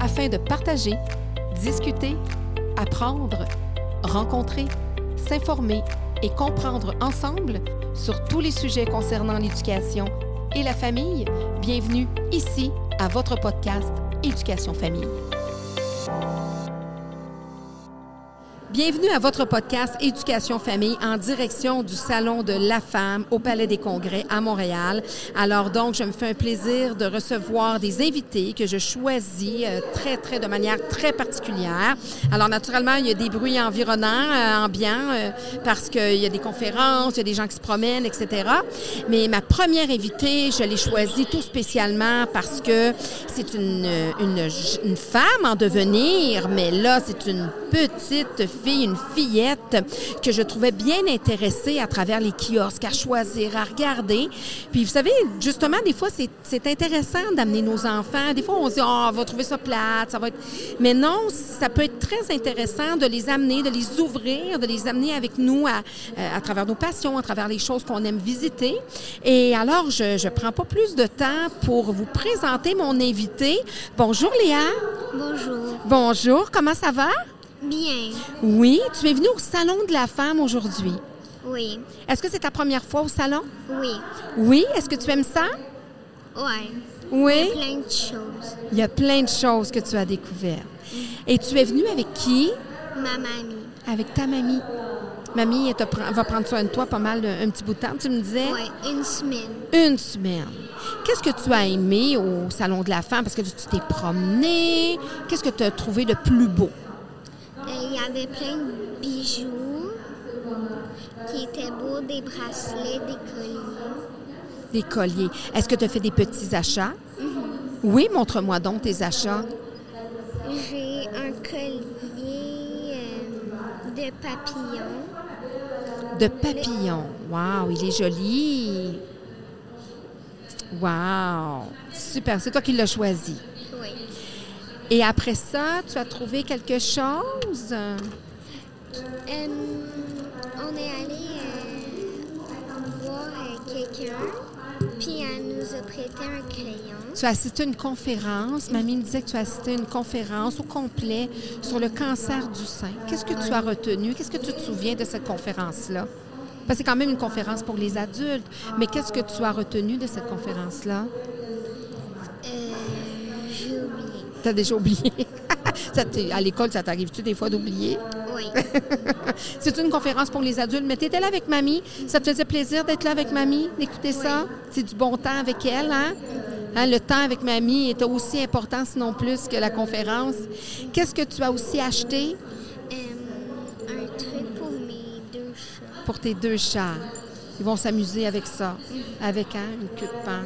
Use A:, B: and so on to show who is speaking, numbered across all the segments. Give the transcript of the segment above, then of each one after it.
A: afin de partager, discuter, apprendre, rencontrer, s'informer et comprendre ensemble sur tous les sujets concernant l'éducation et la famille. Bienvenue ici à votre podcast Éducation Famille. Bienvenue à votre podcast Éducation Famille en direction du Salon de la Femme au Palais des Congrès à Montréal. Alors donc, je me fais un plaisir de recevoir des invités que je choisis euh, très, très, de manière très particulière. Alors naturellement, il y a des bruits environnants, euh, ambiants, euh, parce qu'il y a des conférences, il y a des gens qui se promènent, etc. Mais ma première invitée, je l'ai choisie tout spécialement parce que c'est une, une, une femme en devenir, mais là, c'est une petite fille, une fillette que je trouvais bien intéressée à travers les kiosques, à choisir, à regarder. Puis vous savez, justement, des fois, c'est- c'est intéressant d'amener nos enfants. Des fois, on se dit, oh, on va trouver ça plate, ça va être... Mais non, ça peut être très intéressant de les amener, de les ouvrir, de les amener avec nous à, euh, à travers nos passions, à travers les choses qu'on aime visiter. Et alors, je ne prends pas plus de temps pour vous présenter mon invité. Bonjour Léa.
B: Bonjour.
A: Bonjour, comment ça va?
B: Bien.
A: Oui, tu es venue au Salon de la femme aujourd'hui.
B: Oui.
A: Est-ce que c'est ta première fois au salon?
B: Oui.
A: Oui. Est-ce que tu aimes ça?
B: Ouais.
A: Oui.
B: Plein de choses.
A: Il y a plein de choses que tu as découvertes. Et tu es venue avec qui?
B: Ma mamie.
A: Avec ta mamie. Mamie elle te prend- va prendre soin de toi pas mal un, un petit bout de temps, tu me disais?
B: Ouais. Une semaine.
A: Une semaine. Qu'est-ce que tu as aimé au Salon de la femme? Parce que tu t'es promenée. Qu'est-ce que tu as trouvé de plus beau?
B: Euh, Il y avait plein de bijoux qui étaient beaux, des bracelets, des colliers.
A: Des colliers. Est-ce que tu as fait des petits achats? Oui, montre-moi donc tes achats.
B: J'ai un collier euh, de papillons.
A: De papillon. Wow, il est joli. Wow. Super, c'est toi qui l'as choisi.
B: Oui.
A: Et après ça, tu as trouvé quelque chose?
B: Euh, on est allé euh, voir euh, quelqu'un, puis elle nous a prêté un crayon.
A: Tu as assisté à une conférence. Mamie me disait que tu as assisté à une conférence au complet sur le cancer du sein. Qu'est-ce que tu as retenu? Qu'est-ce que tu te souviens de cette conférence-là? Parce que c'est quand même une conférence pour les adultes. Mais qu'est-ce que tu as retenu de cette conférence-là?
B: Euh, j'ai oublié.
A: Tu as déjà oublié. Ça t'est- à l'école, ça t'arrive-tu des fois d'oublier?
B: Oui.
A: C'est une conférence pour les adultes, mais tu étais là avec mamie. Ça te faisait plaisir d'être là avec mamie, d'écouter ça? C'est du bon temps avec elle, hein? Hein, le temps avec mamie était aussi important, sinon plus, que la conférence. Qu'est-ce que tu as aussi acheté
B: Euh, un truc pour mes deux chats.
A: pour tes deux chats? Ils vont s'amuser avec ça, avec hein, une queue de pan.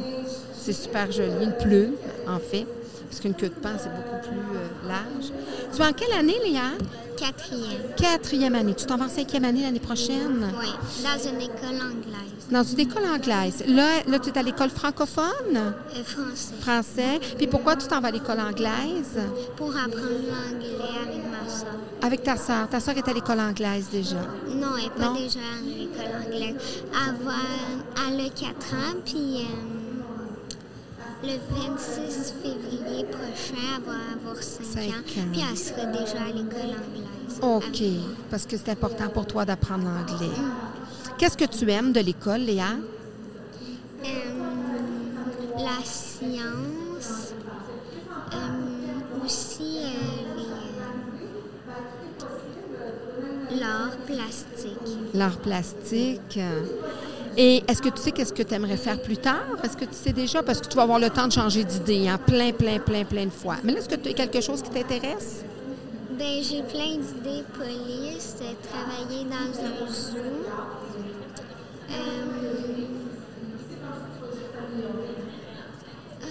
A: C'est super joli, une plume, en fait, parce qu'une queue de pan, c'est beaucoup plus euh, large. Tu es en quelle année, Léa?
B: Quatrième.
A: Quatrième année. Tu t'en vas en cinquième année l'année prochaine?
B: Oui, dans une école anglaise.
A: Dans une école anglaise. Là, là tu es à l'école francophone,
B: Euh, français.
A: français. Puis pourquoi tu t'en vas à l'école anglaise?
B: Pour apprendre l'anglais avec ma soeur.
A: Avec ta sœur. Ta sœur est à l'école anglaise déjà.
B: Non, elle n'est pas
A: Non.
B: déjà à l'école anglaise. Elle, va, elle a 4 ans, puis euh, le 26 février prochain, elle va avoir 5,
A: Cinq
B: ans,
A: ans.
B: puis elle sera déjà à l'école anglaise.
A: OK.
B: Avec-
A: Parce que c'est important pour toi d'apprendre l'anglais. Qu'est-ce que tu aimes de l'école, Léa?
B: Euh, la science, euh, aussi euh, les- l'art plastique.
A: L'art plastique. Et est-ce que tu sais qu'est-ce que tu aimerais faire plus tard? Est-ce que tu sais déjà? Parce que tu vas avoir le temps de changer d'idée, hein? Plein, plein, plein, plein de fois. Mais là, est-ce que tu as quelque chose qui t'intéresse?
B: Ben, j'ai plein d'idées police, euh, travailler dans un zoo. Euh, euh,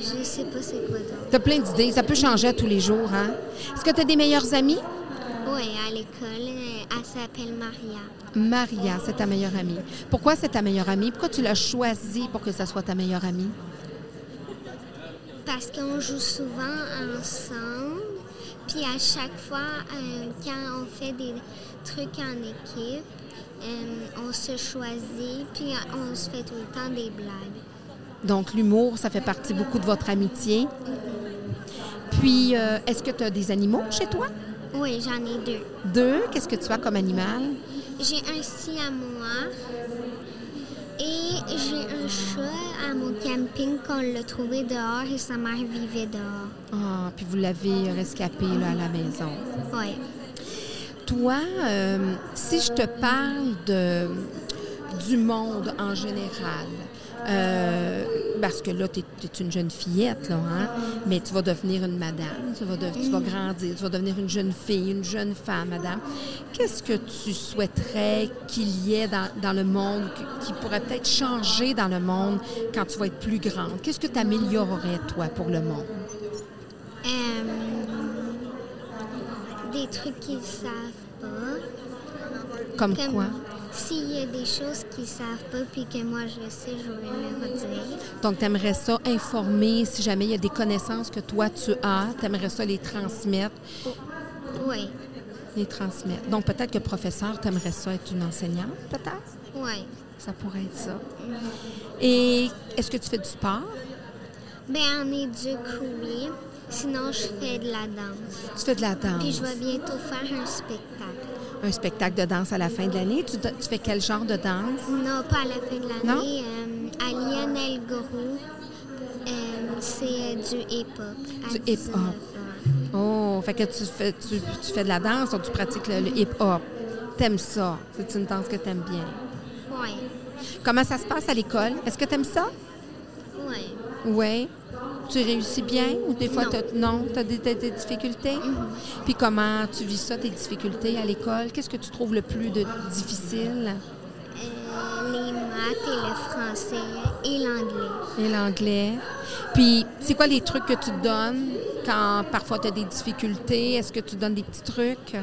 B: je sais pas c'est quoi d'autre.
A: Tu as plein d'idées. Ça peut changer à tous les jours, hein? Est-ce que tu as des meilleurs amis?
B: Oui, à l'école, euh, elle s'appelle Maria.
A: Maria, c'est ta meilleure amie. Pourquoi c'est ta meilleure amie? Pourquoi tu l'as choisie pour que ça soit ta meilleure amie?
B: Parce qu'on joue souvent ensemble. Puis à chaque fois, euh, quand on fait des trucs en équipe, euh, on se choisit, puis on se fait tout le temps des blagues.
A: Donc, l'humour, ça fait partie beaucoup de votre amitié. Puis, euh, est-ce que tu as des animaux chez toi?
B: Oui, j'en ai deux.
A: Deux, qu'est-ce que tu as comme animal?
B: J'ai un scie à moi et j'ai un chat à mon camping qu'on l'a trouvé dehors et sa mère vivait dehors.
A: Ah, puis vous l'avez rescapé là, à la maison.
B: Oui.
A: Toi, euh, si je te parle de, du monde en général, euh, parce que là, tu es, une jeune fillette, là, hein? mais tu vas devenir une madame, tu vas, de- tu vas grandir, tu vas devenir une jeune fille, une jeune femme, madame. Qu'est-ce que tu souhaiterais qu'il y ait dans, dans le monde, qui- qui pourrait peut-être changer dans le monde quand tu vas être plus grande? Qu'est-ce que tu améliorerais, toi, pour le monde?
B: Euh, des trucs qu'ils savent pas.
A: Comme
B: Comme
A: quoi?
B: S'il y a des choses qu'ils savent pas puis que moi je sais, je vais leur dire.
A: Donc, tu aimerais ça informer, si jamais il y a des connaissances que toi, tu as, tu aimerais ça les transmettre,
B: Oui,
A: les transmettre. Donc, peut-être que professeur, tu aimerais ça être une enseignante, peut-être?
B: oui.
A: Ça pourrait être ça. Et est-ce que tu fais du sport?
B: Ben en éduque, oui. Sinon, je fais de la danse.
A: Tu fais de la danse?
B: Puis je vais bientôt faire un spectacle.
A: Un spectacle de danse à la fin de l'année. Tu, tu fais quel genre de danse?
B: Non, pas à la fin de
A: Non?
B: l'année. Euh, à Lyon El Gourou, euh, c'est euh, du hip-hop. à
A: Du hip-hop.
B: 19 ans.
A: Oh, fait que tu fais, tu, tu fais de la danse, donc tu pratiques le, le hip-hop. T'aimes ça. C'est une danse que t'aimes bien.
B: Ouais,
A: Comment ça se passe à l'école? Est-ce que t'aimes ça?
B: ouais.
A: Oui. Tu réussis bien ou des fois,
B: Non.
A: t'as- non, tu as des, des- des difficultés? Puis comment tu vis ça, tes difficultés à l'école? Qu'est-ce que tu trouves le plus de difficile?
B: Euh, les maths et le français et l'anglais.
A: Et l'anglais. Puis, c'est quoi les trucs que tu te donnes quand parfois tu as des difficultés? Est-ce que tu donnes des petits trucs?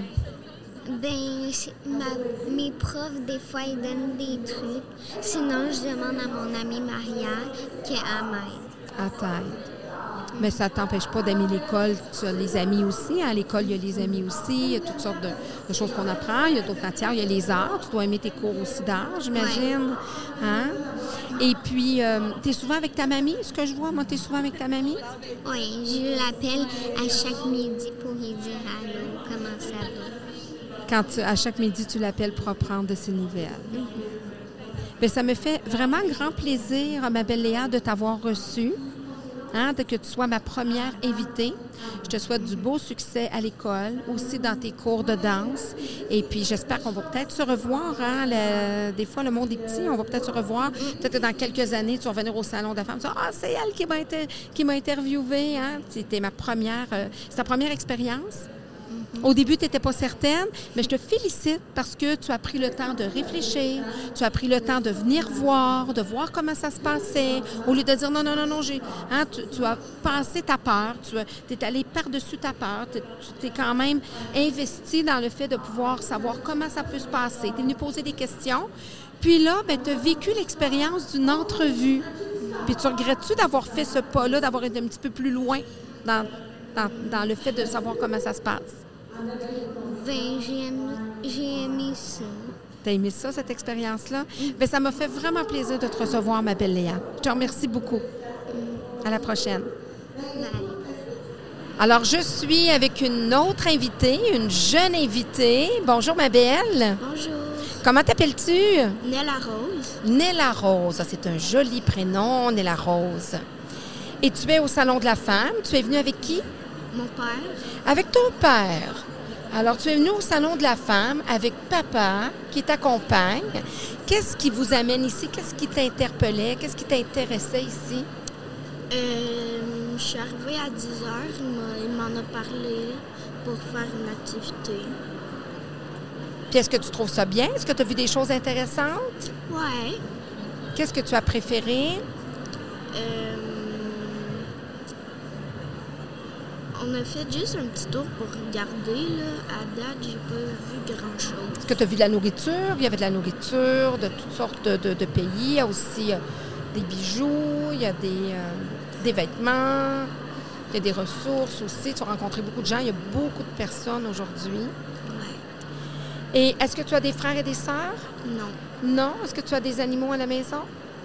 B: Ben, c'est- ma- mes profs, des fois, ils donnent des trucs. Sinon, je demande à mon amie Maria qu'elle m'aide.
A: à tête. Mais ça t'empêche pas d'aimer l'école. Tu as les amis aussi. hein. À l'école, il y a les amis aussi. Il y a toutes sortes de, de choses qu'on apprend. Il y a d'autres matières. Il y a les arts. Tu dois aimer tes cours aussi d'art, j'imagine. Hein? Et puis, tu es souvent avec ta mamie, ce que je vois. Moi, tu es souvent avec ta mamie.
B: Oui, je l'appelle à chaque midi pour lui dire allô, comment ça va.
A: Quand tu- à chaque midi, tu l'appelles pour prendre de ses nouvelles. Bien, ça me fait vraiment grand plaisir, ma belle Léa, de t'avoir reçue, hein, de que tu sois ma première invitée. Je te souhaite du beau succès à l'école, aussi dans tes cours de danse. Et puis, j'espère qu'on va peut-être se revoir. hein, le- Des fois, le monde est petit, on va peut-être se revoir. Peut-être que dans quelques années, tu vas revenir au Salon de la Femme. Tu vas dire, Ah, c'est elle qui m'a, inter- qui m'a interviewée. Hein? C'était ma première... euh, c'est ta première expérience? Au début, tu n'étais pas certaine, mais je te félicite parce que tu as pris le temps de réfléchir, tu as pris le temps de venir voir, de voir comment ça se passait, au lieu de dire non, non, non, non, j'ai, hein, tu, tu as passé ta peur, tu es allé par-dessus ta peur, t'es- tu t'es quand même investi dans le fait de pouvoir savoir comment ça peut se passer. Tu es venu poser des questions, puis là, ben, tu as vécu l'expérience d'une entrevue. Puis tu regrettes-tu d'avoir fait ce pas-là, d'avoir été un petit peu plus loin dans- dans- dans le fait de savoir comment ça se passe?
B: Ben, j'ai aimé, j'ai aimé ça.
A: T'as aimé ça, cette expérience-là? Bien, ça m'a fait vraiment plaisir de te recevoir, ma belle Léa. Je te remercie beaucoup. À la prochaine.
B: Bye.
A: Alors, je suis avec une autre invitée, une jeune invitée. Bonjour, ma belle.
B: Bonjour.
A: Comment t'appelles-tu?
B: Nella Rose.
A: Nella Rose. Ah, C'est un joli prénom, Nella Rose. Et tu es au Salon de la Femme. Tu es venue avec qui?
B: Mon père.
A: Avec ton père. Alors, tu es venue au Salon de la Femme avec papa qui t'accompagne. Qu'est-ce qui vous amène ici? Qu'est-ce qui t'interpellait? Qu'est-ce qui t'intéressait ici?
B: Euh, je suis arrivée à 10 heures. Il m'a- il m'en a parlé pour faire une activité.
A: Puis, est-ce que tu trouves ça bien? Est-ce que tu as vu des choses intéressantes?
B: Ouais.
A: Qu'est-ce que tu as préféré?
B: Euh, on a fait juste un petit tour pour regarder. Là. À date, j'ai pas vu grand-chose.
A: Est-ce que tu as vu de la nourriture? Il y avait de la nourriture de toutes sortes de, de- de pays. Il y a aussi euh, des bijoux, il y a des, euh, des vêtements, il y a des ressources aussi. Tu as rencontré beaucoup de gens. Il y a beaucoup de personnes aujourd'hui.
B: Ouais.
A: Et est-ce que tu as des frères et des sœurs?
B: Non.
A: Non. Est-ce que tu as des animaux à la maison?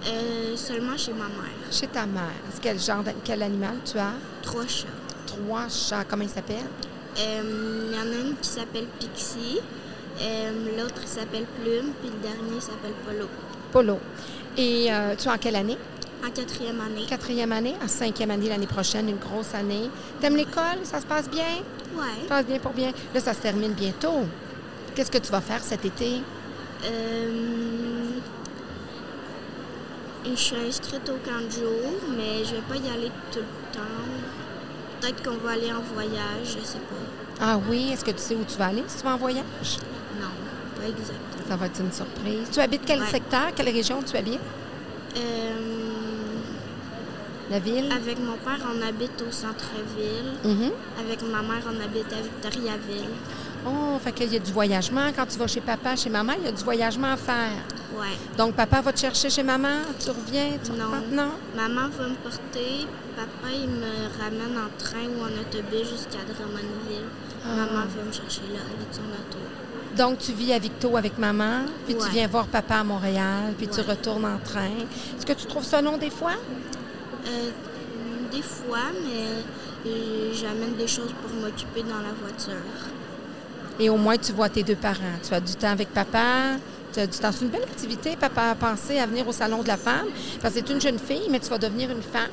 B: Euh, seulement chez ma mère.
A: Chez ta mère. Est-ce Quel genre, d'an- quel animal tu as?
B: Trois chats.
A: trois chats. Comment ils s'appellent?
B: Euh, Il y en a une qui s'appelle Pixie, euh, l'autre il s'appelle Plume, puis le dernier il s'appelle Polo.
A: Polo. Et euh, tu es en quelle année?
B: En quatrième année.
A: Quatrième année, à cinquième année l'année prochaine, une grosse année. T'aimes l'école? Ça se passe bien? Ça se
B: Ouais.
A: passe bien pour bien. Là, ça se termine bientôt. Qu'est-ce que tu vas faire cet été?
B: Euh, et je suis inscrite au camp de jour, mais je vais pas y aller tout le temps. Peut-être qu'on va aller en voyage, je sais pas.
A: Ah oui, est-ce que tu sais où tu vas aller si tu vas en voyage?
B: Non, pas exactement.
A: Ça va être une surprise. Tu habites quel
B: Ouais.
A: secteur, quelle région tu habites?
B: Euh,
A: La ville?
B: avec mon père, on habite au centre-ville.
A: Mhm.
B: Avec ma mère, on habite à Victoriaville.
A: Oh, fait qu'il y a du voyagement. Quand tu vas chez papa, chez maman, il y a du voyagement à faire.
B: Ouais.
A: Donc, papa va te chercher chez maman, tu reviens, tu
B: Non.
A: reprends- Non?
B: Maman va me porter, papa il me ramène en train ou en autobus jusqu'à Drummondville. Maman va me chercher là avec son auto.
A: Donc, tu vis à Victo avec maman, puis tu
B: Ouais.
A: viens voir papa à Montréal, puis tu
B: Ouais.
A: retournes en train. Est-ce que tu trouves ça long des fois?
B: Euh, des fois, mais euh, j'amène des choses pour m'occuper dans la voiture.
A: Et au moins, tu vois tes deux parents. Tu as du temps avec papa. Tu as du temps. C'est une belle activité, papa, à penser à venir au Salon de la femme. Parce que c'est une jeune fille, mais tu vas devenir une femme.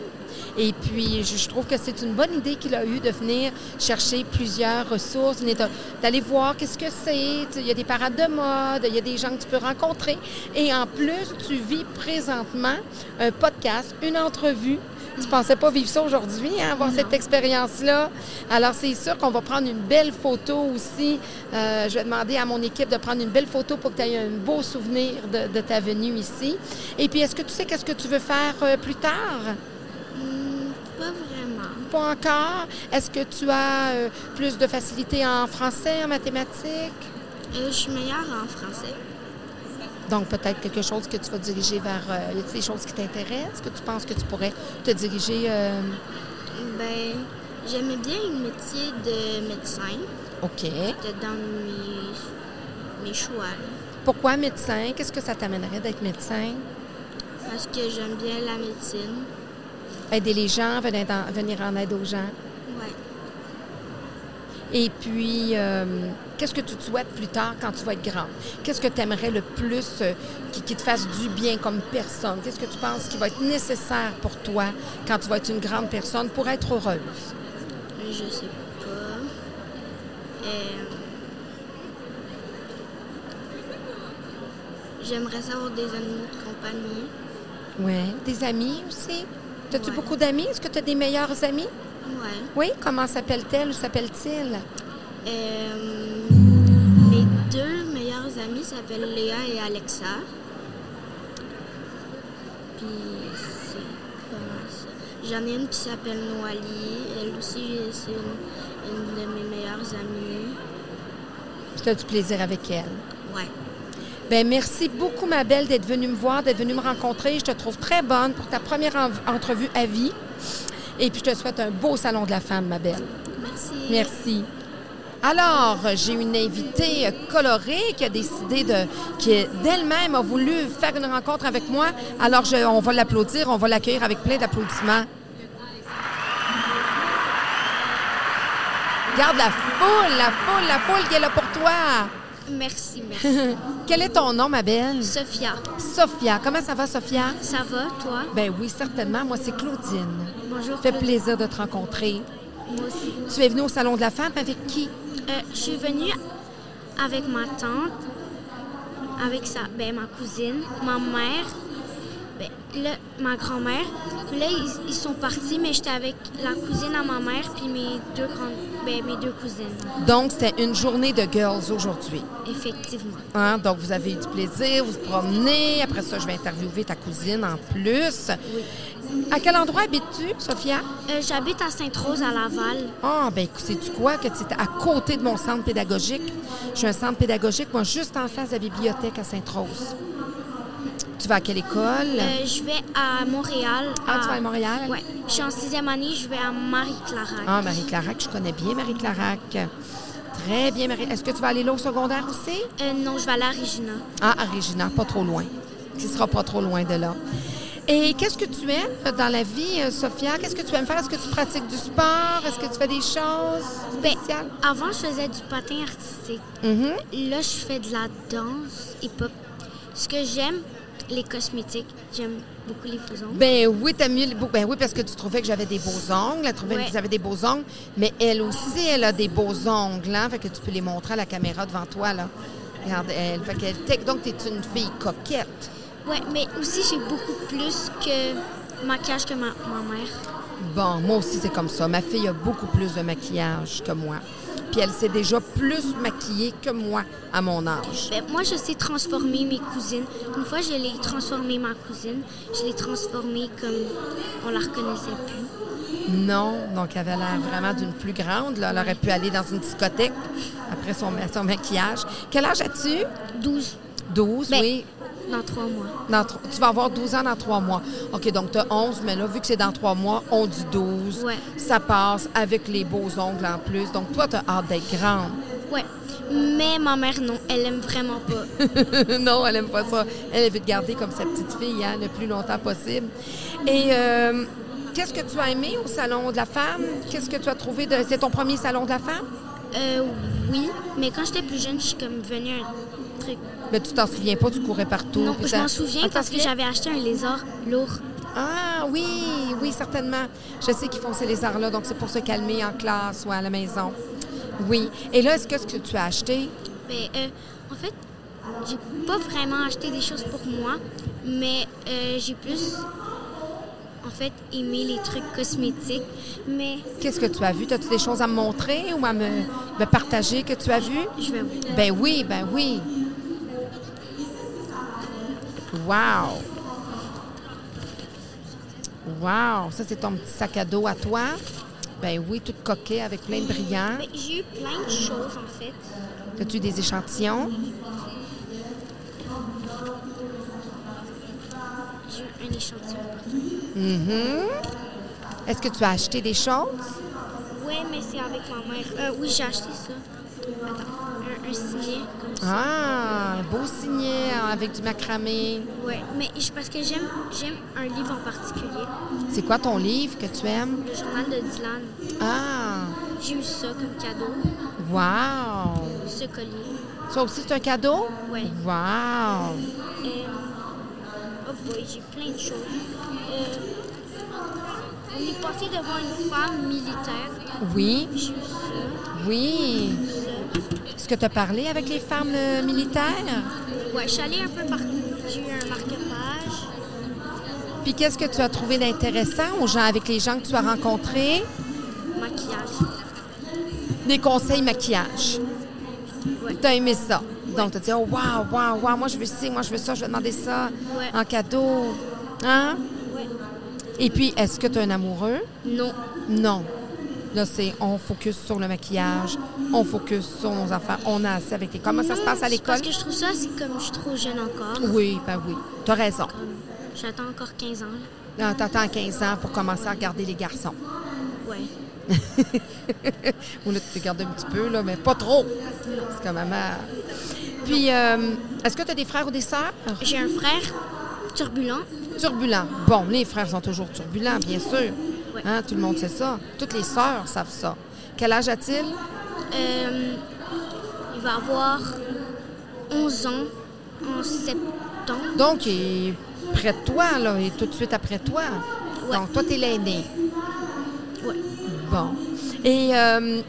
A: Et puis, je je trouve que c'est une bonne idée qu'il a eue de venir chercher plusieurs ressources, venir de- d'aller voir qu'est-ce que c'est. Tu- Il y a des parades de mode, il y a des gens que tu peux rencontrer. Et en plus, tu vis présentement un podcast, une entrevue. Tu pensais pas vivre ça aujourd'hui, hein, avoir cette expérience-là. Alors, c'est sûr qu'on va prendre une belle photo aussi. Euh, je vais demander à mon équipe de prendre une belle photo pour que tu aies un beau souvenir de, de ta venue ici. Et puis, est-ce que tu sais qu'est-ce que tu veux faire euh, plus tard?
B: Hmm, pas vraiment.
A: Pas encore. Est-ce que tu as euh, plus de facilité en français, en mathématiques?
B: Euh, je suis meilleure en français.
A: Donc, peut-être quelque chose que tu vas diriger vers... euh, y a-t-il des choses qui t'intéressent, que tu penses que tu pourrais te diriger... euh,
B: Ben, j'aimais bien le métier de médecin.
A: OK.
B: C'était dans mes, mes choix. là.
A: Pourquoi médecin? Qu'est-ce que ça t'amènerait d'être médecin?
B: Parce que j'aime bien la médecine.
A: Aider les gens, venir, dans- venir en aide aux gens.
B: Ouais.
A: Et puis, euh, qu'est-ce que tu te souhaites plus tard quand tu vas être grande? Qu'est-ce que tu aimerais le plus euh, qui, qui te fasse du bien comme personne? Qu'est-ce que tu penses qui va être nécessaire pour toi quand tu vas être une grande personne pour être heureuse?
B: Je sais pas. Euh, J'aimerais savoir des animaux de compagnie.
A: Oui. Des amis aussi? As-tu
B: Ouais.
A: beaucoup d'amis? Est-ce que tu as des meilleurs amis?
B: Ouais.
A: Oui. Comment s'appelle-t-elle ou s'appelle-t-il?
B: Euh, mes deux meilleurs amis s'appellent Léa et Alexa. Puis c'est pas mal ça. J'en ai une qui s'appelle Noali. Elle aussi, c'est une, une de mes meilleures amies.
A: Tu as du plaisir avec elle.
B: Ouais.
A: Ben merci beaucoup, ma belle, d'être venue me voir, d'être venue me rencontrer. Je te trouve très bonne pour ta première en- entrevue à vie. Et puis, je te souhaite un beau salon de la femme, ma belle.
B: Merci.
A: Merci. Alors, j'ai une invitée colorée qui a décidé de, qui d'elle-même a voulu faire une rencontre avec moi. Alors, je- on va l'applaudir, on va l'accueillir avec plein d'applaudissements. Garde la foule, la foule, la foule qui est là pour toi.
B: Merci, merci.
A: Quel est ton nom, ma belle?
B: Sophia,
A: Sophia. Comment ça va, Sophia?
B: ça va, toi?
A: Ben oui, certainement. Moi, c'est Claudine.
B: Bonjour.
A: Fait
B: Claude.
A: plaisir de te rencontrer.
B: Moi aussi.
A: Tu es venue au Salon de la Femme avec qui?
B: Euh, je suis venue avec ma tante, avec sa, ben, ma cousine, ma mère, ben, là, ma grand-mère. Puis Là, ils, ils sont partis, mais j'étais avec la cousine à ma mère puis mes deux, grandes, ben, mes deux cousines,
A: Donc, c'était une journée de girls aujourd'hui.
B: effectivement.
A: Hein? Donc, vous avez eu du plaisir, vous vous promenez. Après ça, je vais interviewer ta cousine en plus. À quel endroit habites-tu, Sophia?
B: Euh, J'habite à Sainte-Rose, à Laval.
A: Ah, ben écoute, sais-tu quoi? Que tu es à côté de mon centre pédagogique. Je suis un centre pédagogique, moi, juste en face de la bibliothèque à Sainte-Rose. Tu vas à quelle école?
B: Euh, je vais à Montréal.
A: Ah, tu vas à Montréal?
B: Ouais. Je suis en sixième année, je vais à Marie-Clara.
A: Ah, Marie Clarac, je connais bien Marie Clarac. Très bien, Marie. Est-ce que tu vas aller là au secondaire aussi?
B: Euh, non, je vais aller à Regina.
A: Ah, à Regina, pas trop loin. Qui sera pas trop loin de là. Et qu'est-ce que tu aimes dans la vie, euh, Sophia? Qu'est-ce que tu aimes faire? Est-ce que tu pratiques du sport? Est-ce que tu fais des choses
B: Ben,
A: spéciales?
B: avant, je faisais du patin artistique.
A: Mhm.
B: Là, je fais de la danse hip-hop. Ce que j'aime, les cosmétiques. J'aime beaucoup les faux ongles.
A: Ben oui, t'as mieux. les beaux- Ben oui, parce que tu trouvais que j'avais des beaux ongles. Elle trouvait
B: Ouais.
A: que j'avais des beaux ongles. Mais elle aussi, elle a des beaux ongles, hein? Fait que tu peux les montrer à la caméra devant toi, là. Regarde, elle. Fait qu'elle tec- Donc, t'es une fille coquette.
B: Ouais, mais aussi, j'ai beaucoup plus que maquillage que ma, ma mère.
A: Bon, moi aussi, c'est comme ça. Ma fille a beaucoup plus de maquillage que moi. Puis elle s'est déjà plus maquillée que moi à mon âge.
B: Ben, moi, je sais transformer mes cousines. Une fois, je l'ai transformée, ma cousine. Je l'ai transformée comme on la reconnaissait plus.
A: Non, donc elle avait l'air vraiment d'une plus grande. Là. Elle aurait pu aller dans une discothèque après son, ma- son maquillage. Quel âge as-tu?
B: 12
A: 12,
B: Ben,
A: oui.
B: dans 3 mois.
A: Dans tro- tu vas avoir 12 ans dans 3 mois. OK, donc tu as 11, mais là, vu que c'est dans 3 mois, on dit 12.
B: Ouais.
A: Ça passe avec les beaux ongles en plus. Donc, toi, tu as hâte d'être grande.
B: Ouais. Mais ma mère, non, elle aime vraiment pas.
A: non, elle aime pas ça. Elle veut te garder comme sa petite fille hein, le plus longtemps possible. Et euh, qu'est-ce que tu as aimé au Salon de la femme? Qu'est-ce que tu as trouvé? de C'est ton premier Salon de la femme?
B: Euh, oui, mais quand j'étais plus jeune, je suis comme venue un truc.
A: Mais Ben, tu t'en souviens pas, tu courais partout.
B: Non,
A: puis
B: je
A: ça-
B: m'en
A: Ah,
B: souviens
A: t'en
B: parce que
A: souviens?
B: j'avais acheté un lézard lourd.
A: Ah oui, oui, certainement. Je sais qu'ils font ces lézards-là, donc c'est pour se calmer en classe ou à la maison. Oui. Et là, est-ce que ce que tu as acheté?
B: Ben, euh, en fait, j'ai pas vraiment acheté des choses pour moi, mais euh, j'ai plus, en fait, aimé les trucs cosmétiques. Mais
A: Qu'est-ce que tu as vu? As-tu des choses à me montrer ou à me, me partager que tu as vues?
B: je vais vous.
A: Ben oui, ben oui. Wow. Wow. Ça, c'est ton petit sac à dos à toi. Ben oui, tout coquet avec plein de brillants.
B: Ben, j'ai eu plein de choses, en fait.
A: As-tu des échantillons?
B: J'ai eu un échantillon parfait.
A: Mhm. Est-ce que tu as acheté des choses?
B: Ouais, mais c'est avec ma mère. Euh, oui, j'ai acheté ça. Attends, un, un signet comme ça.
A: Ah, un beau signet avec du macramé.
B: Ouais, mais je- parce que j'aime j'aime un livre en particulier,
A: C'est quoi ton livre que tu aimes?
B: le journal de Dylan.
A: Ah,
B: J'ai eu ça comme cadeau,
A: wow!
B: ce collier.
A: Ça aussi, c'est un cadeau?
B: Ouais.
A: Wow!
B: Et, oh boy, j'ai plein de choses. Euh, on est passé devant une femme militaire.
A: Oui,
B: J'ai eu ça,
A: oui.
B: ça.
A: Est-ce que tu as parlé avec les femmes euh, militaires?
B: Ouais, je suis allée un peu partout. J'ai eu un marque-page.
A: Puis qu'est-ce que tu as trouvé d'intéressant aux gens, avec les gens que tu as rencontrés?
B: Maquillage.
A: Des conseils maquillage.
B: Ouais.
A: Tu as aimé ça. Donc, tu as dit, oh, wow, wow, wow, moi je veux ci, moi je veux ça, je vais demander ça
B: Ouais.
A: en cadeau. Hein?
B: Ouais.
A: Et puis, est-ce que tu as un amoureux?
B: Non.
A: Non. Là, c'est on focus sur le maquillage, on focus sur nos enfants, on a assez avec l'école. Comment ça se
B: Non,
A: passe à
B: c'est
A: l'école?
B: Parce que je trouve ça, c'est comme je suis trop jeune encore.
A: Oui, ben oui. Tu as raison.
B: Comme, J'attends encore 15 ans. là.
A: Non, T'attends 15 ans pour commencer à regarder les garçons.
B: Ouais.
A: Ou là, tu peux garder un petit peu, là, mais pas trop. C'est comme maman. Puis, euh, est-ce que tu as des frères ou des sœurs?
B: J'ai un frère turbulent.
A: Turbulents. Bon, les frères sont toujours turbulents, bien sûr.
B: Ouais.
A: Hein, tout le monde sait ça. Toutes les sœurs savent ça. Quel âge a-t-il?
B: Euh, il va avoir 11 ans en septembre.
A: Donc, il est près de toi, là, il est tout de suite après toi.
B: Ouais.
A: Donc, toi, t'es l'aîné.
B: Ouais.
A: Bon. Et euh,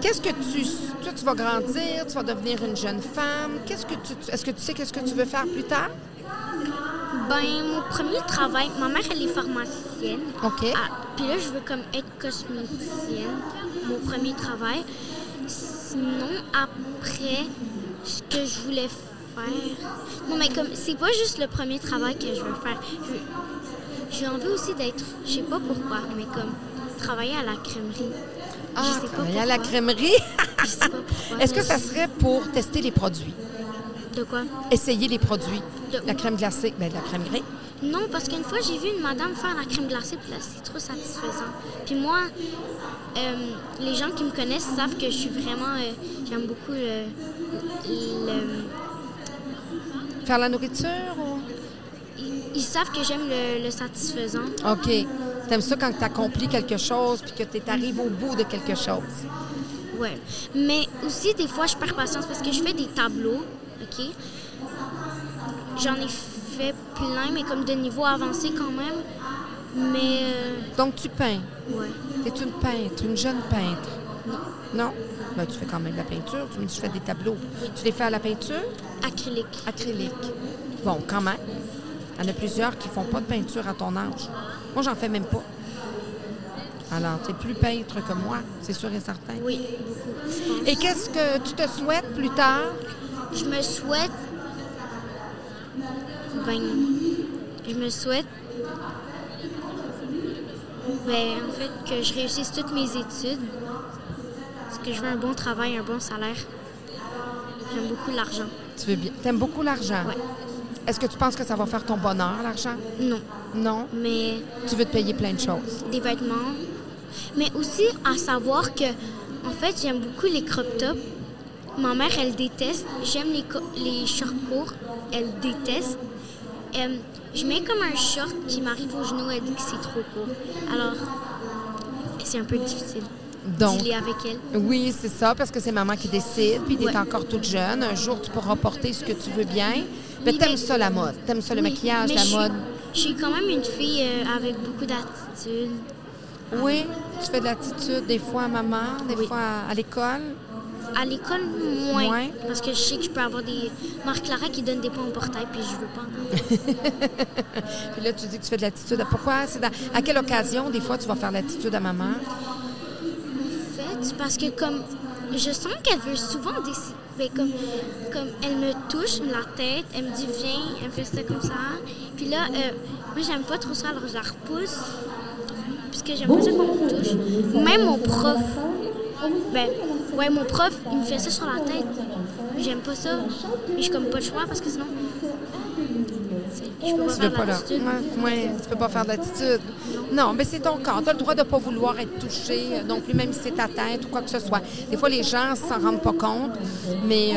A: qu'est-ce que tu... Toi, tu vas grandir, tu vas devenir une jeune femme. Qu'est-ce que tu... tu- Est-ce que tu sais qu'est-ce que tu veux faire plus tard?
B: Ben, mon premier travail, ma mère, elle est pharmacienne.
A: OK.
B: Ah, Puis là, je veux comme être cosméticienne, mon premier travail. Sinon, après, ce que je voulais faire... Non, mais comme, c'est pas juste le premier travail que je veux faire. Je veux- J'ai envie aussi d'être, je sais pas pourquoi, mais comme travailler à la crèmerie.
A: Ah,
B: je sais pas
A: travailler à la
B: pourquoi.
A: crèmerie.
B: Je sais pas pourquoi,
A: Est-ce que
B: mais
A: ça
B: je-
A: serait pour tester les produits?
B: De quoi?
A: Essayer les produits?
B: De-
A: La crème glacée? Bien, de la crème grise.
B: Non, parce qu'une fois, j'ai vu une madame faire la crème glacée, puis là, c'est trop satisfaisant. Puis moi, euh, les gens qui me connaissent savent que je suis vraiment... euh, J'aime beaucoup le... le-
A: Faire la nourriture? ou-
B: le- ils savent que j'aime le, le satisfaisant.
A: OK. T'aimes ça quand tu accomplis quelque chose puis que tu arrives au bout de quelque chose.
B: Ouais. Mais aussi, des fois, je perds patience parce que je fais des tableaux, OK? J'en ai fait plein, mais comme de niveau avancé quand même. Mais, euh,
A: Donc, tu peins.
B: ouais.
A: Tu es une peintre, une jeune peintre.
B: Non.
A: Non? Ben, tu fais quand même de la peinture. Tu me dis, je fais des tableaux. Tu les fais à la peinture?
B: Acrylique.
A: acrylique. Bon, quand même. Il y en a plusieurs qui font pas de peinture à ton âge. Moi, j'en fais même pas. Alors, tu es plus peintre que moi, c'est sûr et certain.
B: Oui, beaucoup. je pense.
A: Et qu'est-ce que tu te souhaites plus tard?
B: Je me souhaite. Ben. Je me souhaite. Ben, en fait, que je réussisse toutes mes études. Parce que je veux un bon travail, un bon salaire. J'aime beaucoup l'argent.
A: Tu veux bien. T'aimes beaucoup l'argent.
B: Ouais.
A: Est-ce que tu penses que ça va faire ton bonheur, l'argent?
B: Non.
A: Non.
B: Mais
A: Tu veux te payer plein de choses.
B: des vêtements. Mais aussi à savoir que, en fait, j'aime beaucoup les crop tops. Ma mère, elle déteste. J'aime les, co- les shorts courts. Elle déteste. Euh, je mets comme un short qui m'arrive au genou. Elle dit que c'est trop court. Alors, c'est un peu difficile.
A: Donc.
B: d'y aller avec elle.
A: Oui, c'est ça, parce que c'est maman qui décide, puis tu
B: Ouais.
A: encore toute jeune. Un jour, tu pourras porter ce que tu veux bien. Mais
B: Oui,
A: t'aimes
B: mais-
A: ça, la mode. T'aimes ça, le
B: Oui,
A: maquillage,
B: mais
A: la
B: je suis-
A: mode.
B: Je suis quand même une fille euh, avec beaucoup d'attitude.
A: Oui, tu fais de l'attitude des fois à maman, des
B: Oui.
A: fois à, à l'école.
B: À l'école, moins.
A: Moins.
B: Parce que je sais que je peux avoir des. Marc-Clara qui donne des points au portail, puis je veux pas. en avoir.
A: Puis là, tu dis que tu fais de l'attitude. Pourquoi? C'est dans- À quelle occasion, des fois, tu vas faire l'attitude à maman?
B: fait parce que comme je sens qu'elle veut souvent décider ben, comme comme elle me touche la tête elle me dit viens elle me fait ça comme ça puis là euh, moi j'aime pas trop ça alors je la repousse parce que j'aime pas ça qu'on me touche même mon prof ben ouais mon prof il me fait ça sur la tête j'aime pas ça mais je comme pas le choix parce que sinon c'est- je peux pas
A: Tu veux
B: faire
A: pas là.
B: l'attitude.
A: Ouais, ouais, tu peux pas faire de l'attitude. Non, mais c'est ton corps. Tu as le droit de pas vouloir être touché euh, non plus, même si c'est ta tête ou quoi que ce soit. Des fois, les gens s'en rendent pas compte, mais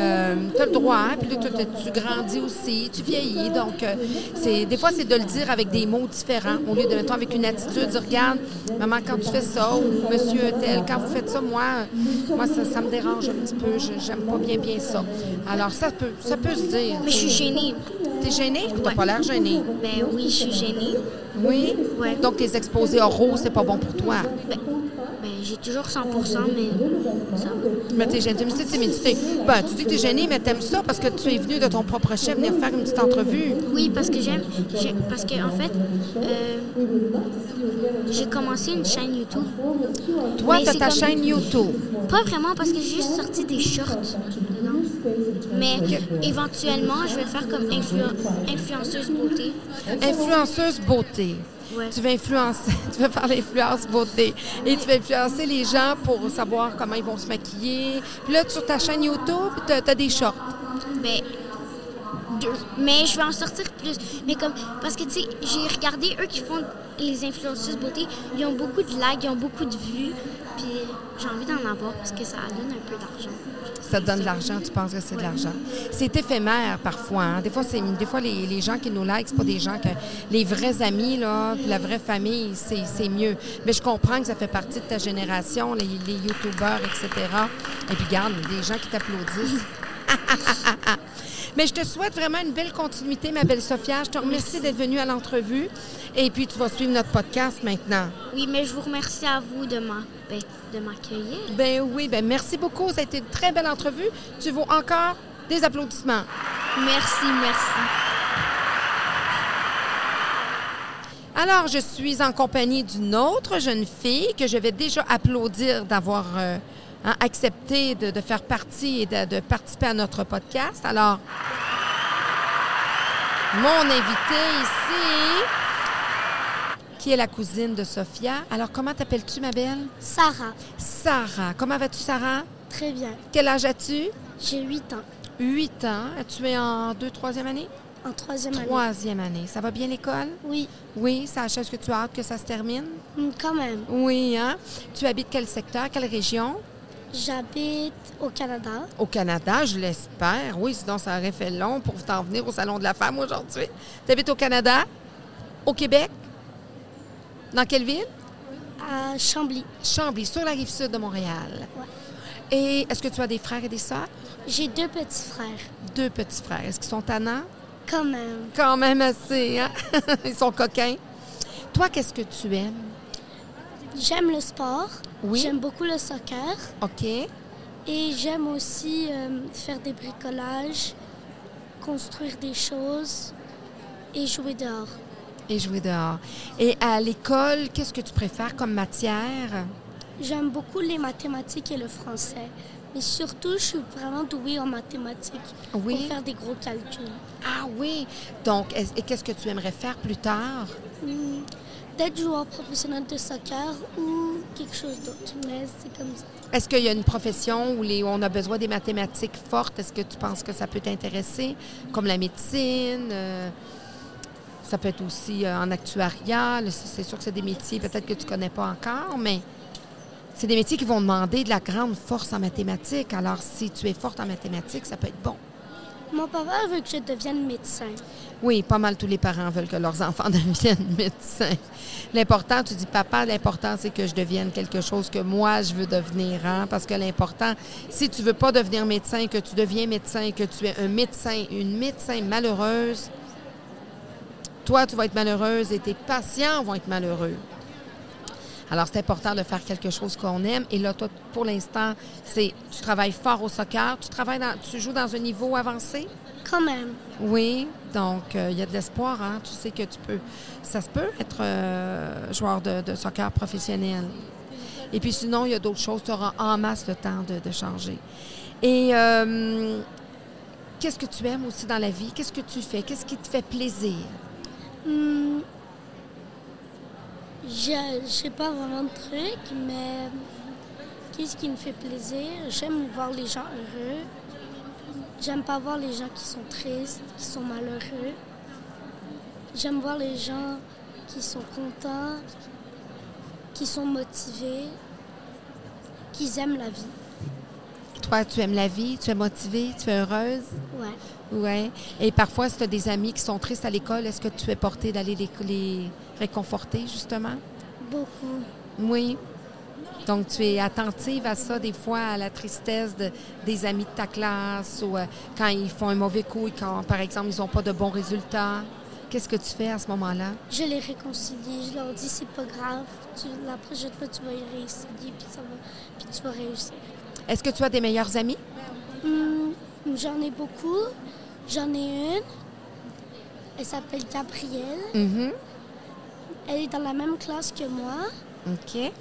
A: tu as le droit. hein. Puis là, tu- tu- tu grandis aussi, tu vieillis. Donc, euh, c'est des fois, c'est de le dire avec des mots différents au lieu de, mettons, avec une attitude, dire, regarde, maman, quand tu fais ça, ou monsieur tel, quand vous faites ça, moi, euh, moi ça, ça me dérange un petit peu. Je- J'aime pas bien, bien ça. Alors, ça peut, ça peut se dire.
B: mais je suis gênée
A: T'es gênée? T'as
B: Ouais.
A: pas l'air gênée.
B: ben oui je suis gênée
A: Oui.
B: Ouais.
A: Donc les exposés oraux, c'est pas bon pour toi.
B: Ben, ben, j'ai toujours 100%, mais ça va.
A: Mais t'es gênée, tu me dis timidité. Ben, tu dis que t'es gênée, mais t'aimes ça parce que tu es venue de ton propre chef venir faire une petite entrevue.
B: Oui, parce que j'aime. j'ai- Parce que, en fait, euh, j'ai commencé une chaîne YouTube.
A: Toi,
B: Mais
A: t'as
B: c'est
A: ta
B: comme-
A: chaîne YouTube.
B: Pas vraiment, parce que j'ai juste sorti des shorts dedans. Mais éventuellement, je vais le faire comme influ- influenceuse beauté.
A: Influenceuse beauté.
B: Ouais.
A: Tu vas influencer, tu vas faire l'influence beauté. Et tu vas influencer les gens pour savoir comment ils vont se maquiller. Puis là, sur ta chaîne YouTube, t'as as des shorts.
B: Ben, deux. Mais je vais en sortir plus. Mais comme, parce que tu sais, j'ai regardé eux qui font les influenceuses beauté, ils ont beaucoup de likes, ils ont beaucoup de vues. Puis j'ai envie d'en avoir parce que ça donne un peu d'argent.
A: Ça te donne de l'argent, tu penses que c'est de l'argent. C'est éphémère parfois. hein. Des fois, c'est, des fois les, les gens qui nous like, c'est pas des gens que. Les vrais amis, là, puis la vraie famille, c'est, c'est mieux. Mais je comprends que ça fait partie de ta génération, les, les YouTubeurs, etc. Et puis, garde, des gens qui t'applaudissent. Mais je te souhaite vraiment une belle continuité, ma belle Sophia. Je te remercie d'être venue à l'entrevue. Et puis, tu vas suivre notre podcast maintenant.
B: Oui, mais je vous remercie à vous de m'a- ben, de m'accueillir.
A: Ben oui, ben merci beaucoup. Ça a été une très belle entrevue. Tu vaux encore des applaudissements.
B: Merci, merci.
A: Alors, je suis en compagnie d'une autre jeune fille que je vais déjà applaudir d'avoir euh, hein, accepté de, de faire partie et de, de participer à notre podcast. Alors, mon invité ici, qui est la cousine de Sophia. Alors, comment t'appelles-tu, ma belle?
B: Sarah,
A: Sarah. Comment vas-tu, Sarah?
B: très bien.
A: Quel âge as-tu?
B: J'ai 8 ans,
A: 8 ans. Tu es en deux, troisième année?
B: en troisième
A: Troisième année. Ça va bien l'école?
B: Oui,
A: Oui, ça achète que tu as hâte que ça se termine?
B: quand même.
A: Oui, hein? Tu habites quel secteur, quelle région?
B: J'habite au Canada.
A: Au Canada, je l'espère. Oui, sinon ça aurait fait long pour t'en venir au Salon de la Femme aujourd'hui. Tu habites au Canada? Au Québec? Dans quelle ville?
B: À Chambly.
A: Chambly, sur la rive sud de Montréal.
B: Ouais.
A: Et est-ce que tu as des frères et des sœurs?
B: J'ai deux petits frères.
A: Deux petits frères. Est-ce qu'ils sont tannants?
B: Quand même.
A: Quand même assez, hein? Ils sont coquins. Toi, qu'est-ce que tu aimes?
B: J'aime le sport.
A: Oui.
B: J'aime beaucoup le soccer.
A: OK.
B: Et j'aime aussi euh, faire des bricolages, construire des choses et jouer dehors.
A: Et jouer dehors. Et à l'école, qu'est-ce que tu préfères comme matière?
B: J'aime beaucoup les mathématiques et le français. Mais surtout, je suis vraiment douée en mathématiques
A: Oui.
B: pour faire des gros calculs.
A: Ah oui. Donc, est- et qu'est-ce que tu aimerais faire plus tard?
B: Hmm, D'être joueur professionnel de soccer ou quelque chose d'autre. Mais c'est comme ça.
A: Est-ce qu'il y a une profession où les- on a besoin des mathématiques fortes? Est-ce que tu penses que ça peut t'intéresser? Comme la médecine? euh, ça peut être aussi euh, en actuariat. Là, C'est c'est sûr que c'est des métiers peut-être que tu connais pas encore, mais c'est des métiers qui vont demander de la grande force en mathématiques. Alors, si tu es forte en mathématiques, ça peut être bon.
B: Mon papa veut que je devienne médecin.
A: Oui, pas mal tous les parents veulent que leurs enfants deviennent médecins. L'important, tu dis papa, l'important c'est que je devienne quelque chose que moi je veux devenir, hein? parce que l'important, si tu veux pas devenir médecin, que tu deviens médecin, que tu es un médecin, une médecin malheureuse, toi tu vas être malheureuse et tes patients vont être malheureux. Alors, c'est important de faire quelque chose qu'on aime. Et là, toi, pour l'instant, c'est tu travailles fort au soccer, tu travailles dans, tu joues dans un niveau avancé?
B: Quand même.
A: Oui, donc euh, il y a de l'espoir. Hein? Tu sais que tu peux. Ça se peut être euh, joueur de, de soccer professionnel. Et puis sinon, il y a d'autres choses. Tu auras en masse le temps de, de changer. Et euh, qu'est-ce que tu aimes aussi dans la vie? Qu'est-ce que tu fais? Qu'est-ce qui te fait plaisir?
B: Hmm, Je je sais pas vraiment de truc, mais qu'est-ce qui me fait plaisir? J'aime voir les gens heureux. J'aime pas voir les gens qui sont tristes, qui sont malheureux. J'aime voir les gens qui sont contents, qui sont motivés, qui aiment la vie.
A: Toi, tu aimes la vie, tu es motivée, tu es heureuse.
B: Ouais.
A: Oui. Et parfois, si tu as des amis qui sont tristes à l'école, est-ce que tu es portée d'aller les- les réconforter, justement?
B: Beaucoup.
A: Oui. Donc, tu es attentive à ça, des fois, à la tristesse de- des amis de ta classe ou euh, quand ils font un mauvais coup et quand, par exemple, ils n'ont pas de bons résultats. Qu'est-ce que tu fais à ce moment-là?
B: Je les réconcilie, je leur dis c'est pas grave, tu, la prochaine fois tu vas y réussir, puis ça va, puis tu vas réussir.
A: Est-ce que tu as des meilleurs amis?
B: Hmm, J'en ai beaucoup. J'en ai une. Elle s'appelle Gabrielle.
A: Mhm.
B: Elle est dans la même classe que moi.
A: OK. Et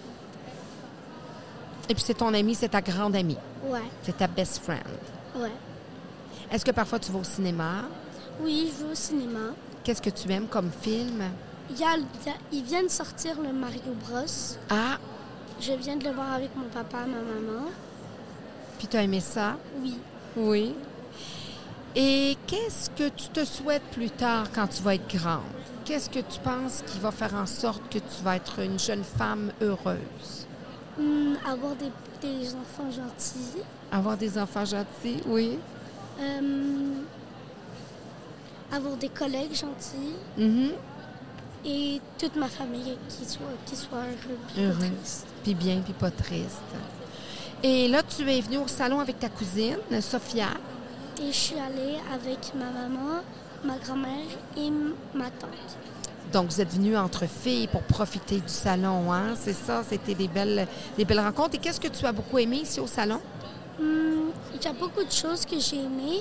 A: puis, c'est ton ami, c'est ta grande amie,
B: Ouais,
A: c'est ta best friend.
B: ouais.
A: Est-ce que parfois tu vas au cinéma?
B: Oui, je vais au cinéma.
A: Qu'est-ce que tu aimes comme film?
B: Il y a- il y a- ils viennent sortir le Mario Bros.
A: Ah,
B: Je viens de le voir avec mon papa et ma maman.
A: puis tu as aimé ça?
B: Oui.
A: Oui. Et qu'est-ce que tu te souhaites plus tard quand tu vas être grande? Qu'est-ce que tu penses qui va faire en sorte que tu vas être une jeune femme heureuse?
B: Hmm, avoir des, des enfants gentils.
A: Avoir des enfants gentils, oui.
B: Euh, avoir des collègues gentils.
A: Mhm.
B: Et toute ma famille qui soit, qui soit heureux, puis pas
A: Heureuse.
B: triste.
A: Puis bien, puis pas triste. Et là, tu es venue au salon avec ta cousine, Sophia.
B: Et je suis allée avec ma maman, ma grand-mère et m- ma tante.
A: Donc, vous êtes venue entre filles pour profiter du salon, hein? C'est ça, c'était des belles, des belles rencontres. Et qu'est-ce que tu as beaucoup aimé ici au salon?
B: Hum, Il y a beaucoup de choses que j'ai aimées.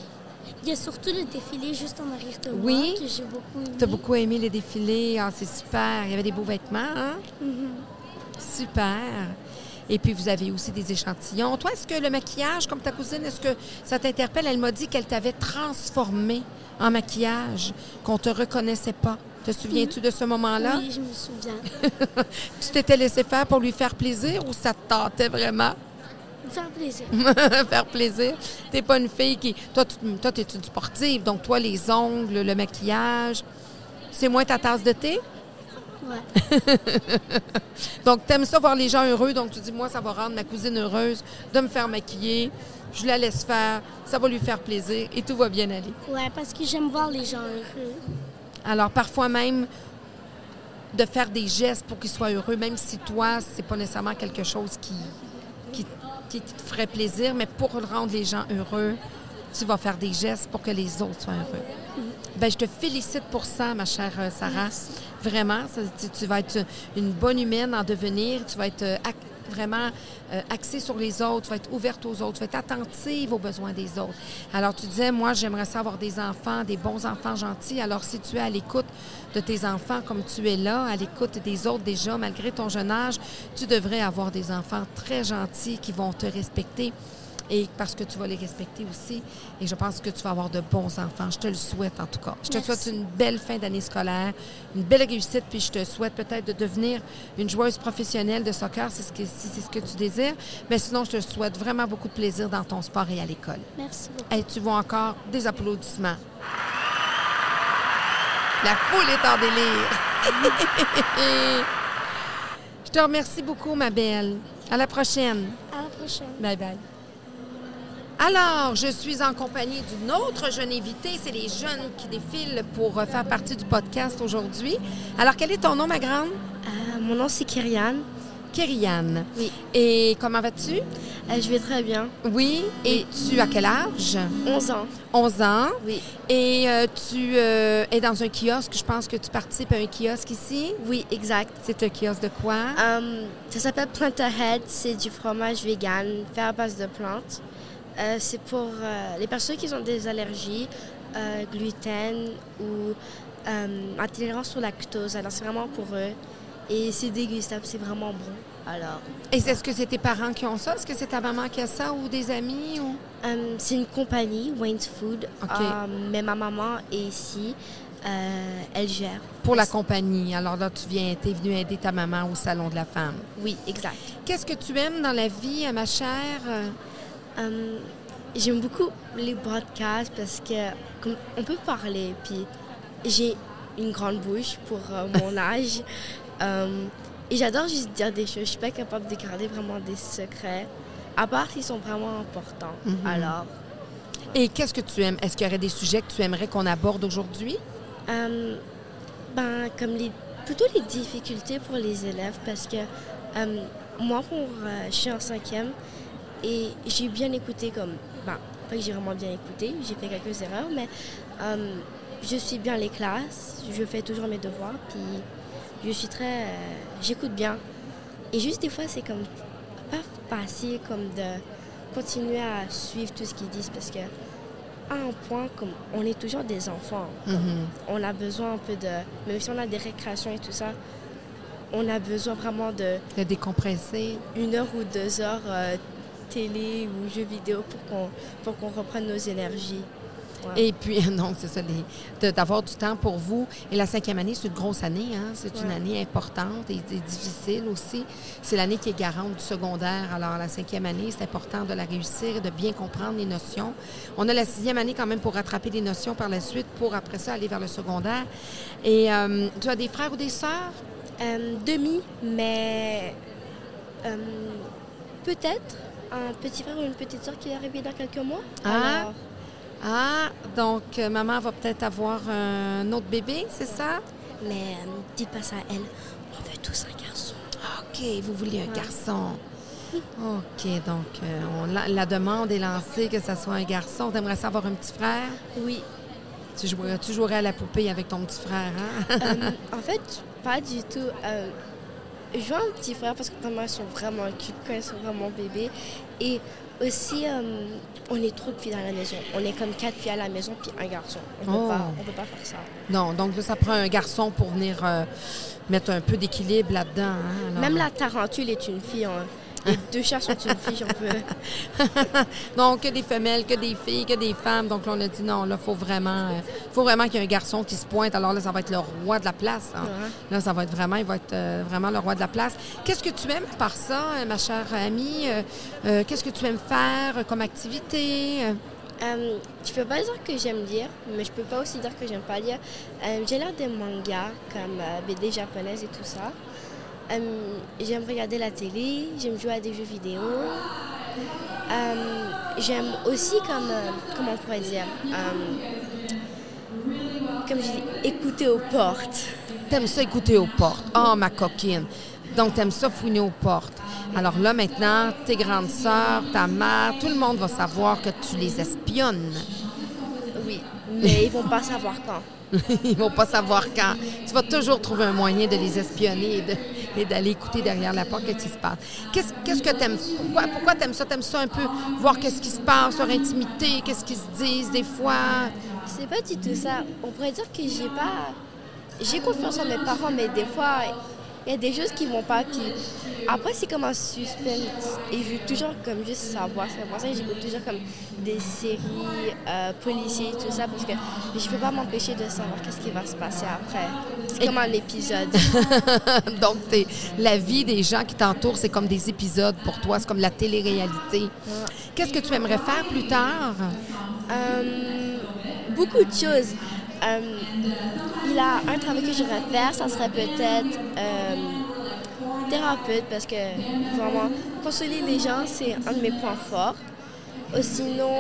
B: Il y a surtout le défilé juste en arrière de moi
A: Oui.
B: que j'ai beaucoup aimé.
A: Tu as beaucoup aimé les défilés, ah, c'est super. Il y avait des beaux vêtements, hein?
B: Mhm.
A: Super. Et puis, vous avez aussi des échantillons. Toi, est-ce que le maquillage, comme ta cousine, est-ce que ça t'interpelle? Elle m'a dit qu'elle t'avait transformé en maquillage, qu'on te reconnaissait pas. Te souviens-tu de ce moment-là?
B: Oui, je me souviens.
A: Tu t'étais laissé faire pour lui faire plaisir ou ça te tentait vraiment?
B: Faire plaisir.
A: Mhm. faire plaisir. T'es pas une fille qui. Toi, tu toi, t'es une sportive, donc toi, les ongles, le maquillage, c'est moins ta tasse de thé?
B: Ouais.
A: Donc, t'aimes ça voir les gens heureux. Donc, tu dis, moi, ça va rendre ma cousine heureuse de me faire maquiller. Je la laisse faire. Ça va lui faire plaisir et tout va bien aller.
B: ouais, parce que j'aime voir les gens heureux.
A: Alors, parfois même, de faire des gestes pour qu'ils soient heureux, même si toi, c'est pas nécessairement quelque chose qui, qui, qui te ferait plaisir, mais pour rendre les gens heureux, tu vas faire des gestes pour que les autres soient heureux. Ben, je te félicite pour ça, ma chère euh, Sarah. Vraiment, ça- tu, tu vas être euh, une bonne humaine en devenir. Tu vas être euh, ac- vraiment euh, axée sur les autres. Tu vas être ouverte aux autres. Tu vas être attentive aux besoins des autres. Alors, tu disais, moi, j'aimerais ça avoir des enfants, des bons enfants gentils. Alors, si tu es à l'écoute de tes enfants comme tu es là, à l'écoute des autres déjà, malgré ton jeune âge, tu devrais avoir des enfants très gentils qui vont te respecter et parce que tu vas les respecter aussi. Et je pense que tu vas avoir de bons enfants. Je te le souhaite en tout cas. Je te
C: Merci.
A: souhaite une belle fin d'année scolaire, une belle réussite, puis je te souhaite peut-être de devenir une joueuse professionnelle de soccer c'est ce que, si c'est ce que tu désires. Mais sinon, je te souhaite vraiment beaucoup de plaisir dans ton sport et à l'école.
C: Merci beaucoup.
A: Et tu vois encore des applaudissements. La foule est en délire. je te remercie beaucoup, ma belle. À la prochaine.
C: À la prochaine.
A: Bye bye. Alors, je suis en compagnie d'une autre jeune invitée. C'est les jeunes qui défilent pour euh, faire partie du podcast aujourd'hui. Alors, quel est ton nom, ma grande?
D: Euh, mon nom c'est Kyrian.
A: Kyriane.
D: Oui.
A: Et comment vas-tu?
D: Euh, je vais très bien.
A: Oui. Et tu as quel âge?
D: 11 ans.
A: 11 ans.
D: Oui.
A: Et euh, tu euh, es dans un kiosque. Je pense que tu participes à un kiosque ici.
D: Oui, exact.
A: C'est un kiosque de quoi?
D: Euh, ça s'appelle Plant Ahead. C'est du fromage vegan fait à base de plantes. Euh, c'est pour euh, les personnes qui ont des allergies, euh, gluten ou euh, intolérance au lactose. Alors c'est vraiment pour eux. Et c'est dégustable, c'est vraiment bon. Alors,
A: Et est-ce que c'est tes parents qui ont ça? Est-ce que c'est ta maman qui a ça ou des amis? Ou...
D: euh, c'est une compagnie, Wayne's Food.
A: Ok.
D: Euh, mais ma maman est ici. Euh, elle gère.
A: Pour la compagnie. Alors là, tu viens, t'es venu aider ta maman au salon de la femme.
D: Oui, exact.
A: Qu'est-ce que tu aimes dans la vie, ma chère?
D: Hum, J'aime beaucoup les podcasts parce que comme, on peut parler, puis j'ai une grande bouche pour euh, mon âge. Hum, et j'adore juste dire des choses. Je suis pas capable de garder vraiment des secrets, à part s'ils sont vraiment importants.
A: Mhm.
D: Alors,
A: Et qu'est-ce que tu aimes? Est-ce qu'il y aurait des sujets que tu aimerais qu'on aborde aujourd'hui?
D: hum, ben, comme les, plutôt les difficultés pour les élèves parce que hum, moi, pour, euh, je suis en cinquième et j'ai bien écouté comme... Ben, pas que j'ai vraiment bien écouté, j'ai fait quelques erreurs, mais hum, je suis bien les classes, je fais toujours mes devoirs, puis je suis très... euh, j'écoute bien. Et juste des fois, c'est comme pas facile comme de continuer à suivre tout ce qu'ils disent parce que à un point, comme on est toujours des enfants, comme on a besoin un peu de... Même si on a des récréations et tout ça, on a besoin vraiment de
A: Le décompresser.
D: une heure ou deux heures euh, télé ou jeux vidéo pour qu'on pour qu'on reprenne nos énergies. Ouais.
A: Et puis, non, c'est ça, les- de- d'avoir du temps pour vous. Et la cinquième année, c'est une grosse année. Hein? C'est une
D: Ouais.
A: année importante et, et difficile aussi. C'est l'année qui est garante du secondaire. Alors, la cinquième année, c'est important de la réussir et de bien comprendre les notions. On a la sixième année quand même pour rattraper les notions par la suite, pour après ça aller vers le secondaire. Et euh, tu as des frères ou des sœurs?
D: Euh, demi, mais euh, peut-être un petit frère ou une petite soeur qui est arrivé dans quelques mois.
A: Ah.
D: Alors,
A: Ah, donc euh, maman va peut-être avoir un autre bébé, c'est ça?
D: mais euh, dis pas ça à elle. On veut tous un garçon.
A: OK, vous voulez un garçon. OK, donc euh, on la, la demande est lancée que ça soit un garçon. T'aimerais savoir un petit frère?
D: Oui.
A: Tu jouerais, tu jouerais à la poupée avec ton petit frère, hein?
D: Euh, en fait, pas du tout. Euh, je veux un petit frère parce que vraiment, ils sont vraiment cute quand ils sont vraiment bébés. Et aussi, euh, on est trop de filles dans la maison. On est comme quatre filles à la maison puis un garçon. On
A: Oh.
D: peut pas, on peut pas faire ça.
A: non, donc là, ça prend un garçon pour venir euh, mettre un peu d'équilibre là-dedans. hein? Alors,
D: Même la tarentule est une fille. hein. Les deux chats sont une fille, j'en peux.
A: Non, que des femelles, que des filles, que des femmes. Donc là, on a dit non, là, faut vraiment, euh, faut vraiment qu'il y ait un garçon qui se pointe. Alors là, ça va être le roi de la place. hein.
D: Ouais.
A: Là, ça va être vraiment, il va être euh, vraiment le roi de la place. Qu'est-ce que tu aimes par ça, euh, ma chère amie? Euh, euh, Qu'est-ce que tu aimes faire euh, comme activité? Euh,
D: Euh, je peux pas dire que j'aime lire, mais je peux pas aussi dire que j'aime pas lire. Euh, j'ai l'air des mangas comme euh, BD japonaises et tout ça. Euh, j'aime regarder la télé, j'aime jouer à des jeux vidéo. Euh, j'aime aussi comme euh, comment on pourrait dire, euh, comme je dis, écouter aux portes.
A: t'aimes ça écouter aux portes. Oh, ma coquine. Donc, t'aimes ça fouiner aux portes. Alors là, maintenant, tes grandes sœurs, ta mère, tout le monde va savoir que tu les espionnes.
D: Oui, mais ils vont pas savoir quand.
A: Ils vont pas savoir quand. Tu vas toujours trouver un moyen de les espionner et de- et d'aller écouter derrière la porte qu'est-ce qui se passe. Qu'est-ce qu'est-ce que t'aimes? Pourquoi, pourquoi t'aimes ça? T'aimes ça un peu voir qu'est-ce qui se passe, leur intimité, qu'est-ce qu'ils se disent des fois?
D: C'est pas du tout ça. On pourrait dire que j'ai pas. J'ai confiance en mes parents, mais des fois, il y a des choses qui vont pas. Puis après, c'est comme un suspense. Et je veux toujours comme juste savoir. C'est pour ça que j'écoute toujours comme des séries euh, policiers, tout ça, parce que je peux pas m'empêcher de savoir qu'est-ce qui va se passer après. C'est comme un épisode.
A: Donc, t'es- la vie des gens qui t'entourent, c'est comme des épisodes pour toi, c'est comme la télé-réalité. Qu'est-ce que tu aimerais faire plus tard?
D: Euh, beaucoup de choses. Euh, il a un travail que j'aimerais faire, ça serait peut-être euh, thérapeute parce que vraiment, consoler les gens, c'est un de mes points forts. Euh, Sinon,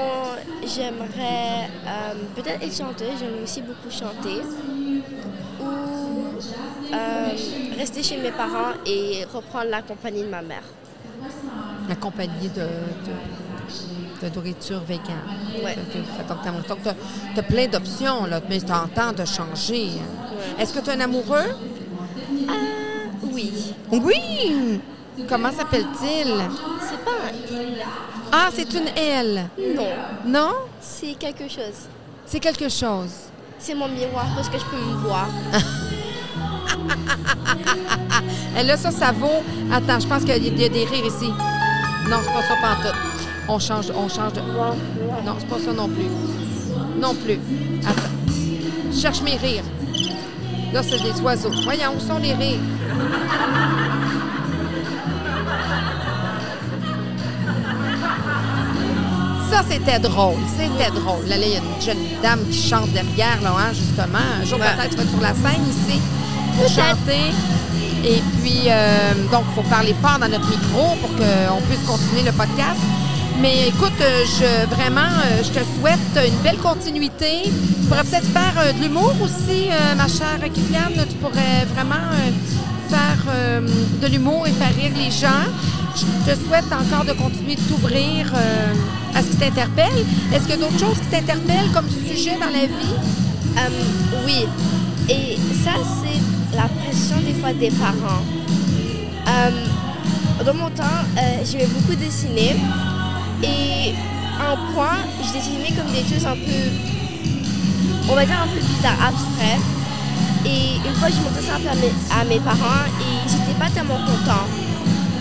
D: j'aimerais euh, peut-être être chanteuse, j'aime aussi beaucoup chanter. Ou euh, rester chez mes parents et reprendre la compagnie de ma mère.
A: Accompagné de, de- de nourriture végane.
D: Ouais.
A: Que- que- Donc, t'as- donc, t'as- t'as plein d'options, là, mais t'as en temps de changer. hein. Est-ce que tu as un amoureux?
D: Euh, Oui,
A: Oui! Comment s'appelle-t-il?
D: c'est pas un
A: Ah, c'est une elle.
D: il. Non,
A: Non?
D: c'est quelque chose.
A: C'est quelque chose.
D: C'est mon miroir parce que je peux me voir.
A: Et Eh, là, ça, ça vaut. Attends, je pense qu'il y a- il y a des rires ici. Non, c'est pas ça pantoute. On change, on change de. Non, c'est pas ça non plus. Non plus. Attends. Je cherche mes rires. Là, c'est des oiseaux. Voyons, où sont les rires? Ça, c'était drôle. C'était drôle. Là, là, il y a une jeune dame qui chante derrière, là, hein, justement. Un jour,
D: Ouais.
A: peut-être, tu vas être sur la scène ici pour chanter. Et puis, euh, donc, il faut parler fort dans notre micro pour qu'on puisse continuer le podcast. Mais écoute, euh, je, vraiment, euh, je te souhaite une belle continuité. Tu pourrais peut-être faire euh, de l'humour aussi, euh, ma chère Kylian. Tu pourrais vraiment euh, faire euh, de l'humour et faire rire les gens. Je te souhaite encore de continuer de t'ouvrir euh, à ce qui t'interpelle. Est-ce qu'il y a d'autres choses qui t'interpellent comme sujet dans la vie?
D: Euh, oui. Et ça, c'est la pression des fois des parents. Euh, dans mon temps, euh, j'aimais beaucoup dessiner. Et à un point, je dessinais comme des choses un peu, on va dire un peu bizarres, abstraites. Et une fois, je montrais ça un peu à mes, à mes parents et ils n'étaient pas tellement contents.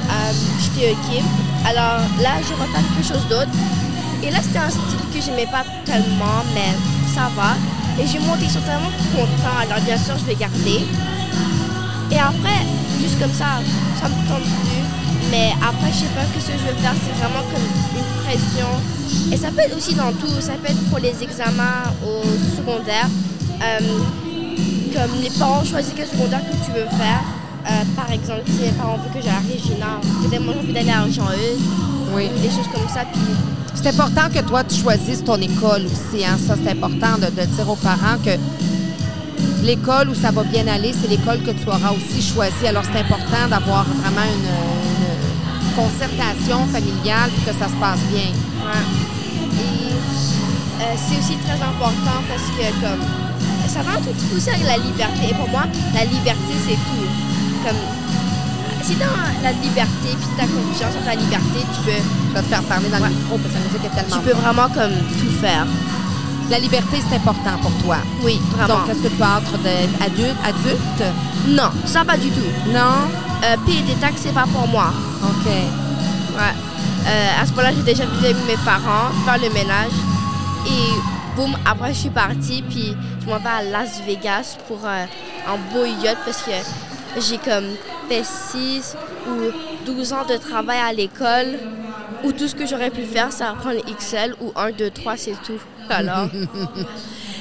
D: Euh, J'étais ok. Alors là, je refais quelque chose d'autre. Et là, c'était un style que j'aimais pas tellement, mais ça va. Et j'ai monté, ils sont tellement contents. Alors bien sûr, je vais garder. Et après, juste comme ça, ça me tombe plus. Mais après, je sais pas que ce que je veux faire, c'est vraiment comme une pression. Et ça peut être aussi dans tout. Ça peut être pour les examens au secondaire. Euh, comme les parents choisissent quel secondaire que tu veux faire. Euh, par exemple, si mes parents veulent que j'aille à Regina, peut-être moi j'ai envie d'aller à Jean-Eudes,
A: Oui.
D: des choses comme ça. Puis
A: C'est important que toi, tu choisisses ton école aussi. Hein? Ça, c'est important de, de dire aux parents que l'école où ça va bien aller, c'est l'école que tu auras aussi choisie. Alors, c'est important d'avoir vraiment une, une concertation familiale puis que ça se passe bien.
D: Et euh, c'est aussi très important parce que comme ça va tout petit peu aussi avec la liberté. Et pour moi, la liberté c'est tout. Comme si t'as la liberté puis t'as confiance en ta liberté, tu peux,
A: Je vais te faire parler dans le micro parce que la musique est tellement...
D: tu peux vraiment comme tout faire.
A: La liberté, c'est important pour toi.
D: Oui,
A: Donc, est-ce que tu as hâte d'être adulte? adulte?
D: non, ça pas du tout.
A: Non?
D: Euh, payer des taxes c'est pas pour moi.
A: OK.
D: Ouais. Euh, à ce moment-là, j'ai déjà vu mes parents faire le ménage. Et boum, après, je suis partie. Puis je m'en vais à Las Vegas pour euh, un beau yacht parce que j'ai comme fait 6 ou 12 ans de travail à l'école. Où tout ce que j'aurais pu faire, c'est apprendre XL ou 1, 2, 3, c'est tout. Alors,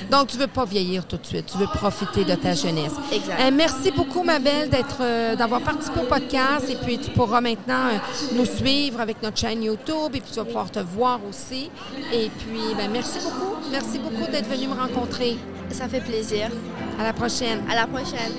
A: Donc, tu veux pas vieillir tout de suite. Tu veux profiter de ta jeunesse.
D: Exact.
A: Euh, merci beaucoup, ma belle, d'être, euh, d'avoir participé au podcast. Et puis, tu pourras maintenant euh, nous suivre avec notre chaîne YouTube. Et puis, tu vas pouvoir te voir aussi. Et puis, ben, merci beaucoup. Merci beaucoup d'être venue me rencontrer.
D: ça fait plaisir.
A: À la prochaine.
D: À la prochaine.